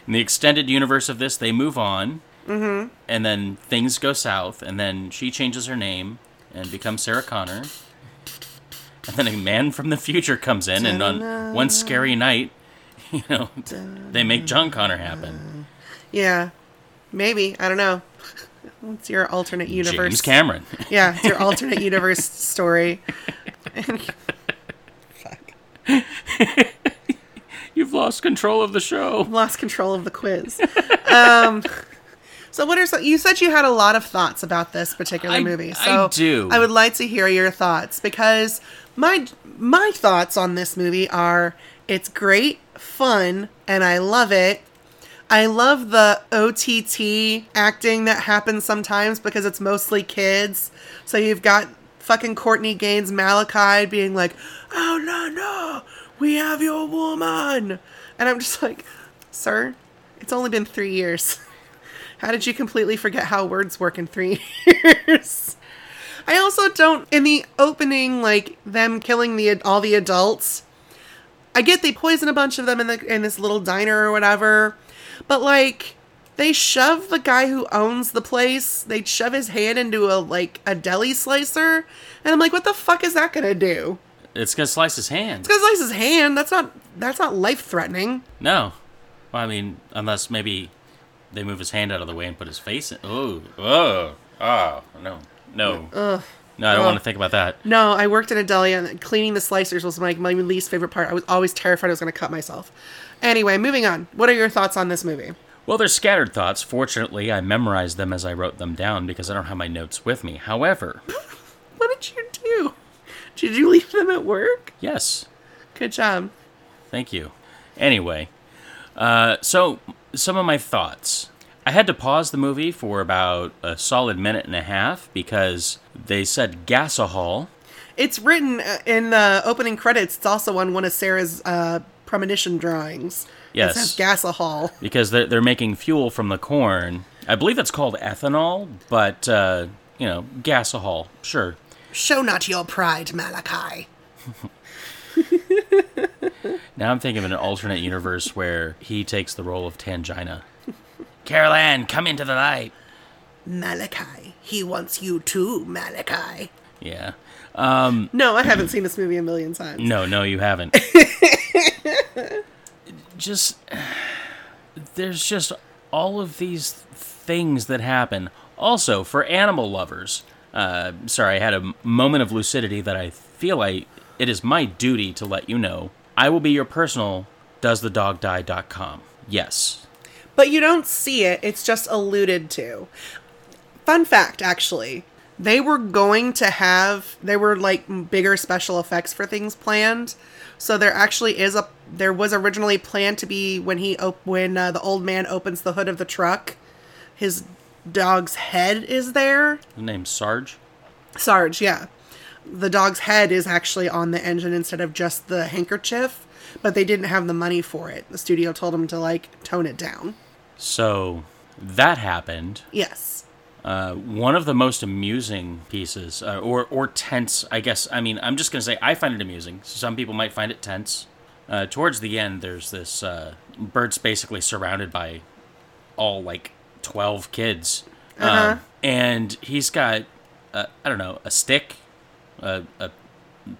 In the extended universe of this, they move on, mm-hmm. and then things go south, and then she changes her name and becomes Sarah Connor. And then a man from the future comes in, and on one scary night, you know, they make John Connor happen. Yeah. Maybe. I don't know. It's your alternate universe. James Cameron. Yeah, it's your alternate universe story. Fuck. You've lost control of the show. Lost control of the quiz. Um So what are some, you said you had a lot of thoughts about this particular I- movie. I So do. I would like to hear your thoughts because my my thoughts on this movie are it's great, fun, and I love it. I love the OTT acting that happens sometimes because it's mostly kids. So you've got fucking Courtney Gaines Malachi being like, "Oh no, no, we have your woman," and I'm just like, "Sir, it's only been three years." How did you completely forget how words work in three years? I also don't in the opening, like them killing the all the adults. I get they poison a bunch of them in the in this little diner or whatever, but like they shove the guy who owns the place. They shove his hand into a like a deli slicer, and I'm like, what the fuck is that gonna do? It's gonna slice his hand. It's gonna slice his hand. That's not that's not life threatening. No, well, I mean, unless maybe they move his hand out of the way and put his face in. Oh, oh, oh, no, no, no! I don't want to think about that. No, I worked in a deli and cleaning the slicers was like my least favorite part. I was always terrified I was going to cut myself. Anyway, moving on. What are your thoughts on this movie? Well, they're scattered thoughts. Fortunately, I memorized them as I wrote them down because I don't have my notes with me. However, What did you do? Did you leave them at work? yes, Good job. thank you. Anyway, uh, so some of my thoughts. I had to pause the movie for about a solid minute and a half because they said gasahol. It's written uh, in the opening credits. It's also on one of Sarah's uh, premonition drawings. Yes. It says Gasahol. because they're, they're making fuel from the corn. I believe that's called ethanol, but, uh, you know, gasohol, sure. Show not your pride, Malachi. Now I'm thinking of an alternate universe where he takes the role of Tangina. Carol Ann, come into the light. Malachi. He wants you too, Malachi. Yeah. No, I haven't seen this movie a million times. No, no, you haven't. just there's just all of these things that happen. Also, for animal lovers, uh, sorry, I had a moment of lucidity that I feel I it is my duty to let you know. I will be your personal doesthedogdie.com. Yes. but you don't see it. It's just alluded to. Fun fact, actually, They were going to have they were like bigger special effects for things planned. So there actually is a there was originally planned to be when he op- when uh, the old man opens the hood of the truck, his dog's head is there. The name's Sarge. Sarge, yeah. The dog's head is actually on the engine instead of just the handkerchief, but they didn't have the money for it. The studio told him to like tone it down. So that happened. Yes. Uh, one of the most amusing pieces, uh, or or tense, I guess. I mean, I'm just gonna say I find it amusing. Some people might find it tense. Uh, towards the end, there's this uh, Bert's basically surrounded by all like twelve kids, Uh-huh. um, and he's got uh, I don't know a stick, a, a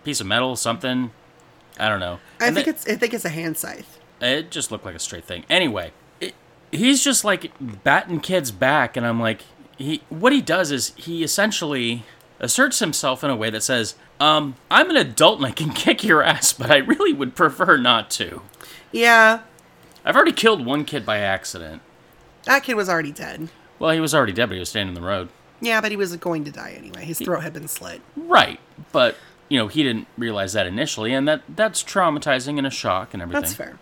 piece of metal, something. I don't know. I And think the- it's I think it's a hand scythe. it just looked like a straight thing. Anyway, it, he's just like batting kids back, and I'm like, he. What he does is he essentially asserts himself in a way that says, um, "I'm an adult and I can kick your ass, but I really would prefer not to. Yeah. I've already killed one kid by accident. That kid was already dead. Well, he was already dead, but he was standing in the road. Yeah, but he was going to die anyway. His throat had been slit. Right, but." You know, he didn't realize that initially, and that that's traumatizing and a shock and everything. That's fair.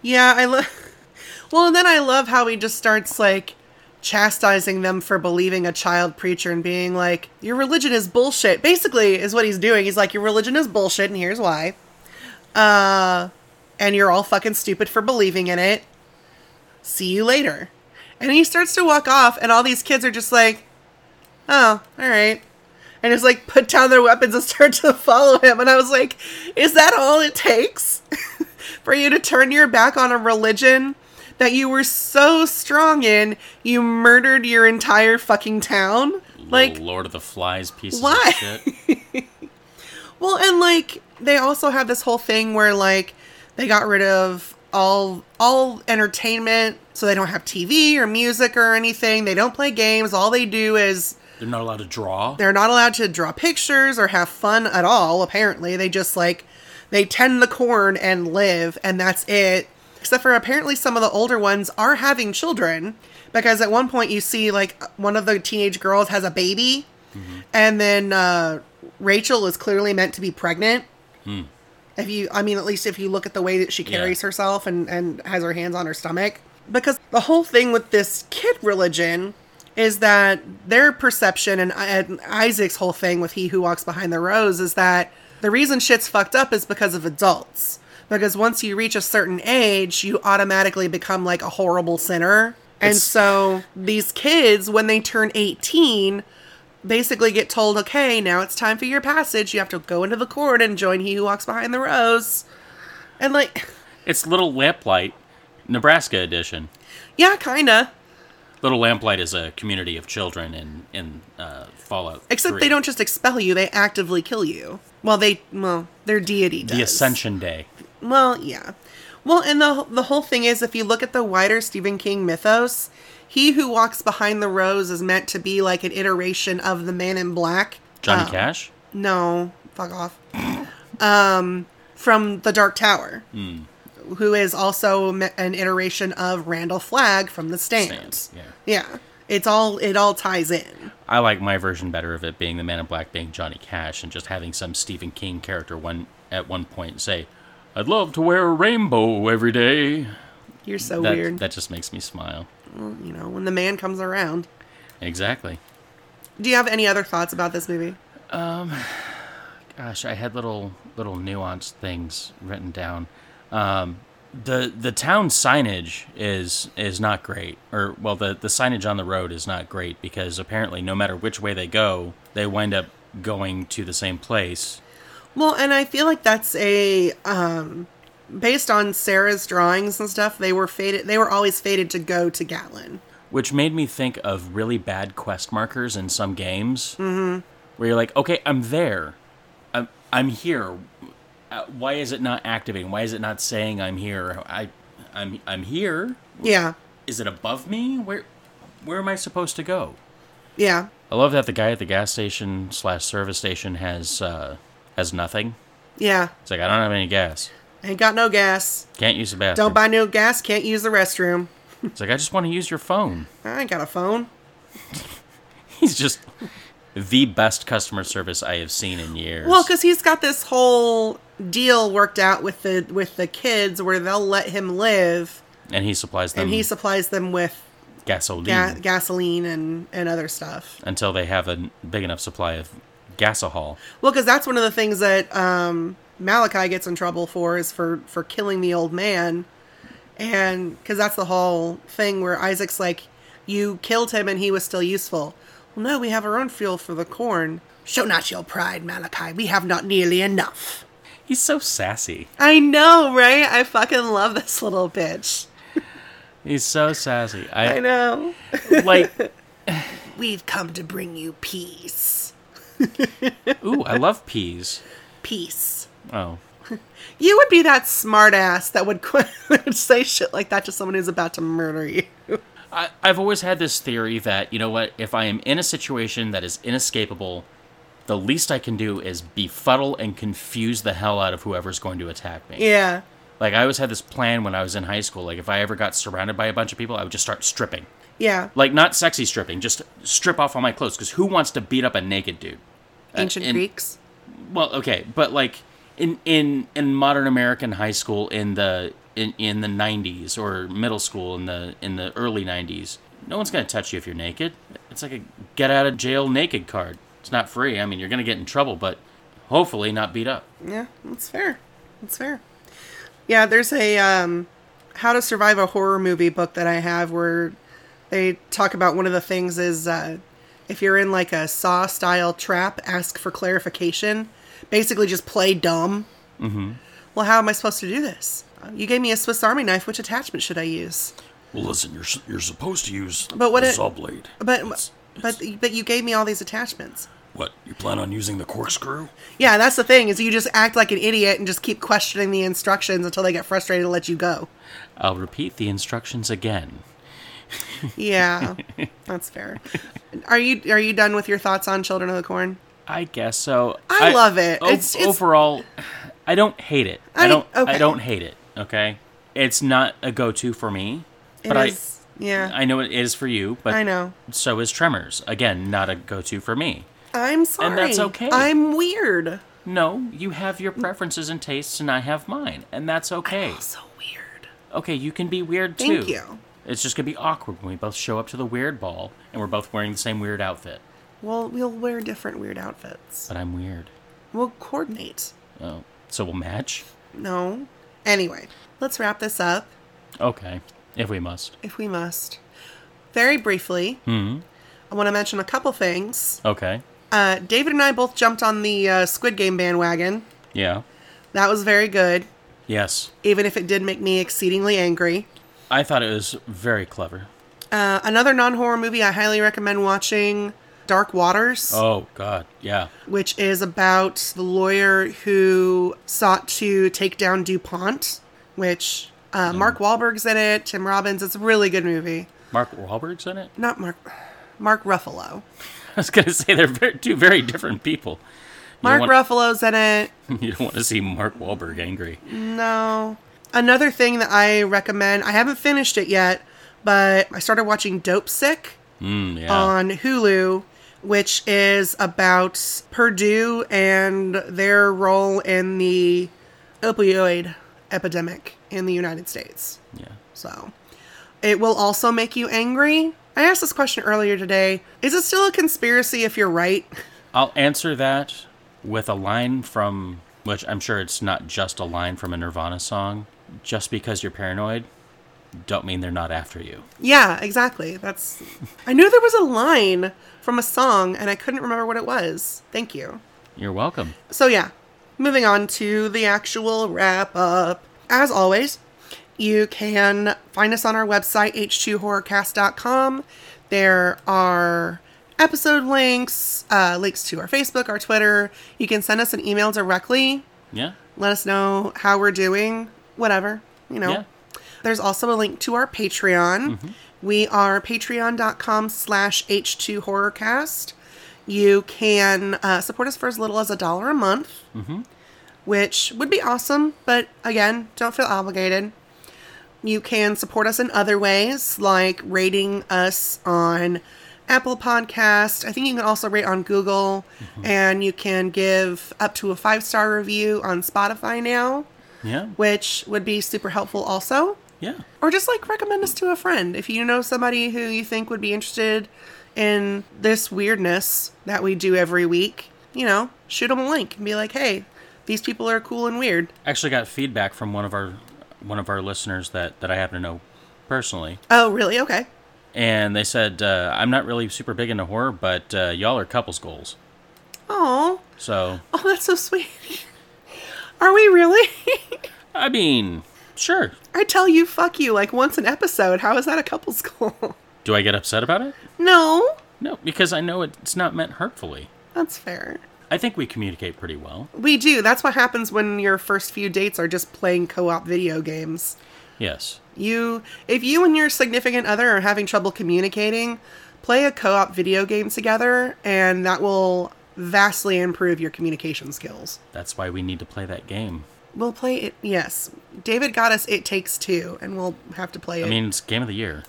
Yeah, I love. Well, and then I love how he just starts like chastising them for believing a child preacher and being like, "Your religion is bullshit." Basically, is what he's doing. He's like, "Your religion is bullshit, and here's why." Uh, and you're all fucking stupid for believing in it. See you later. And he starts to walk off, and all these kids are just like, "Oh, all right." And just like put down their weapons and start to follow him. And I was like, "Is that all it takes?" for you to turn your back on a religion that you were so strong in, you murdered your entire fucking town. Like, Lord of the Flies pieces Why? of shit. well, and like they also had this whole thing where like they got rid of all all entertainment, so they don't have TV or music or anything. They don't play games. All they do is They're not allowed to draw. they're not allowed to draw pictures or have fun at all apparently they just like they tend the corn and live and that's it except for apparently some of the older ones are having children because at one point you see like one of the teenage girls has a baby and then uh, rachel is clearly meant to be pregnant if you i mean at least if you look at the way that she Yeah. carries herself and and has her hands on her stomach because the whole thing with this kid religion is that their perception and, and isaac's whole thing with he who walks behind the rose is that the reason shit's fucked up is because of adults because once you reach a certain age you automatically become like a horrible sinner and It's- so these kids when they turn 18 basically get told, okay, now it's time for your passage. You have to go into the court and join He Who Walks Behind the Rose. And, like, It's Little Lamplight, Nebraska edition. yeah, kind of. Little Lamplight is a community of children in in uh, Fallout. Except 3. they don't just expel you, they actively kill you. Well, they, well, their deity does. The Ascension Day. Well, yeah. Well, and the the whole thing is if you look at the wider Stephen King mythos, he who walks behind the rose is meant to be like an iteration of the man in black. Johnny Um, Cash. No, fuck off. um, from the Dark Tower, Hmm. who is also me- an iteration of Randall Flagg from The Stand. Stand, yeah. yeah, it's all it all ties in. I like my version better of it being the Man in Black being Johnny Cash and just having some Stephen King character one at one point say, "I'd love to wear a rainbow every day." You're so That weird. that just makes me smile. you know, when the man comes around. Exactly. Do you have any other thoughts about this movie? gosh, I had little little nuanced things written down. Um, the the town signage is is not great, or well, the the signage on the road is not great because apparently, no matter which way they go, they wind up going to the same place. Well, and I feel like that's a um based on Sarah's drawings and stuff, they were fated they were always fated to go to Gatlin. which made me think of really bad quest markers in some games mm-hmm. where you're like okay i'm there i'm, I'm here Uh, why is it not activating why is it not saying i'm here i i'm i'm here Yeah. is it above me where where am i supposed to go Yeah. i love that the guy at the gas station slash service station has uh has nothing Yeah. it's like i don't have any gas Ain't got no gas. can't use the bathroom Don't buy no gas, can't use the restroom. it's like i just want to use your phone I ain't got a phone. he's just the best customer service I have seen in years. Well, because he's got this whole deal worked out with the with the kids where they'll let him live, and he supplies them and he supplies them with gasoline ga- gasoline and and other stuff. until they have a big enough supply of gasohol. Well, because that's one of the things that um, Malachi gets in trouble for is for for killing the old man, and because that's the whole thing where Isaac's like, "You killed him, and he was still useful." Well, no, we have our own fuel for the corn. Show not your pride, Malachi. We have not nearly enough. He's so sassy. I know, right? I fucking love this little bitch. He's so sassy. I I, know. like. We've come to bring you peace. Ooh, I love peas. Peace. Oh, You would be that smartass that would, qu- would say shit like that to someone who's about to murder you. I, I've always had this theory that you know what? If I am in a situation that is inescapable, the least I can do is befuddle and confuse the hell out of whoever's going to attack me. Yeah. Like I always had this plan when I was in high school. Like if I ever got surrounded by a bunch of people, I would just start stripping. Yeah. Like not sexy stripping, just strip off all my clothes. Because who wants to beat up a naked dude? Uh, Ancient in- Greeks. Well, okay, but like in in in modern American high school in the in in the 90s or middle school in the in the early 90s, no one's going to touch you if you're naked. It's like a get out of jail naked card. It's not free. I mean, you're going to get in trouble, but hopefully not beat up. Yeah, that's fair. That's fair. Yeah, there's a um, How to Survive a Horror Movie book that I have where they talk about one of the things is uh, if you're in like a Saw style trap, ask for clarification. Basically, just play dumb. Mm-hmm. Well, how am I supposed to do this? You gave me a Swiss Army knife. Which attachment should I use? Well, listen, you're s- you're supposed to use But what the it- saw blade. But It's- but but you gave me all these attachments. what you plan on using the corkscrew? Yeah, that's the thing is you just act like an idiot and just keep questioning the instructions until they get frustrated and let you go. I'll repeat the instructions again. Yeah, that's fair. Are you are you done with your thoughts on Children of the Corn? I guess so. I love it. It's- it's- overall, I don't hate it. I, I- don't. I okay. don't hate it. Okay, it's not a go-to for me, It but is- yeah, I I know it is for you. But I, know. so is Tremors. Again, not a go-to for me. I'm sorry. that's okay. I'm weird. No, you have Mm. your preferences and tastes, and I have mine, and that's okay. So weird. Okay, you can be weird too. Thank you. It's just gonna be awkward when we both show up to the weird ball and we're both wearing the same weird outfit. Well, we'll wear different weird outfits. But I'm weird. We'll coordinate. Oh, so we'll match. No. Anyway, let's wrap this up Okay, if we must. if we must. Very briefly, Hmm. I want to mention a couple things. Okay. Uh, David and I both jumped on the uh, Squid Game bandwagon. Yeah. That was very good, Yes. even if it did make me exceedingly angry. I thought it was very clever. Uh, another non horror movie I highly recommend watching Dark Waters, Oh God, yeah. which is about the lawyer who sought to take down DuPont, which uh, Mark Wahlberg's in it, Tim Robbins. It's a really good movie. Mark Wahlberg's in it. Not Mark. Mark Ruffalo. I was gonna say they're very, two very different people. Mark want- Ruffalo's in it. You don't want to see Mark Wahlberg angry. No. Another thing that I recommend, I haven't finished it yet, but I started watching Dope Sick Mm, yeah. on Hulu, which is about Purdue and their role in the opioid epidemic in the United States. yeah. So it will also make you angry. I asked this question earlier today. Is it still a conspiracy if you're right? I'll answer that with a line from, which I'm sure it's not just a line from a Nirvana song. Just because you're paranoid, don't mean they're not after you. Yeah, exactly. That's I knew there was a line from a song and I couldn't remember what it was. Thank you. You're welcome. So, yeah, moving on to the actual wrap up. As always, you can find us on our website, h2horrorcast.com. There are episode links, uh, links to our Facebook, our Twitter. You can send us an email directly. Yeah. Let us know how we're doing, whatever, you know. Yeah. There's also a link to our Patreon. We are patreon.com slash h2horrorcast. You can uh, support us for as little as a dollar a month, which would be awesome. But again, don't feel obligated. You can support us in other ways, like rating us on Apple Podcast. I think you can also rate on Google, and you can give up to a five star review on Spotify now, Yeah. which would be super helpful also. Yeah. Or just like recommend us to a friend if you know somebody who you think would be interested in this weirdness that we do every week. You know, shoot them a link and be like, "Hey, these people are cool and weird." Actually got feedback from one of our one of our listeners that that I happen to know personally. Oh, really? Okay. And they said, uh, I'm not really super big into horror, but uh, y'all are couples goals. Oh, So, oh, that's so sweet. Are we really? I mean, sure. I tell you, fuck you, like once an episode. How is that a couple's goal? Do I get upset about it? no, No, because I know it- it's not meant hurtfully. that's fair. I think we communicate pretty well. We do. That's what happens when your first few dates are just playing co op video games. Yes. You, if you and your significant other are having trouble communicating, play a co op video game together, and that will vastly improve your communication skills. That's why we need to play that game. We'll play it. Yes, David got us. It takes two, and we'll have to play it. I mean, it's game of the year.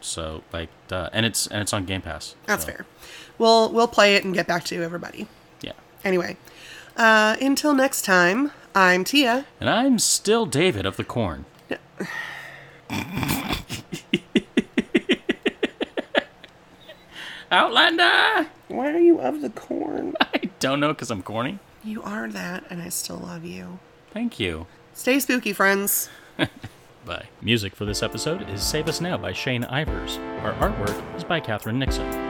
So, like, duh. and it's and it's on Game Pass. that's so, fair. We'll we'll play it and get back to everybody. Yeah. Anyway, uh, until next time, I'm Tia. And I'm still David of the Corn. Outlander! I Why are you of the corn? don't know because I'm corny. You are that, and I still love you. Thank you. Stay spooky, friends. Bye. Music for this episode is Save Us Now by Shane Ivers. Our artwork is by Katherine Nixon.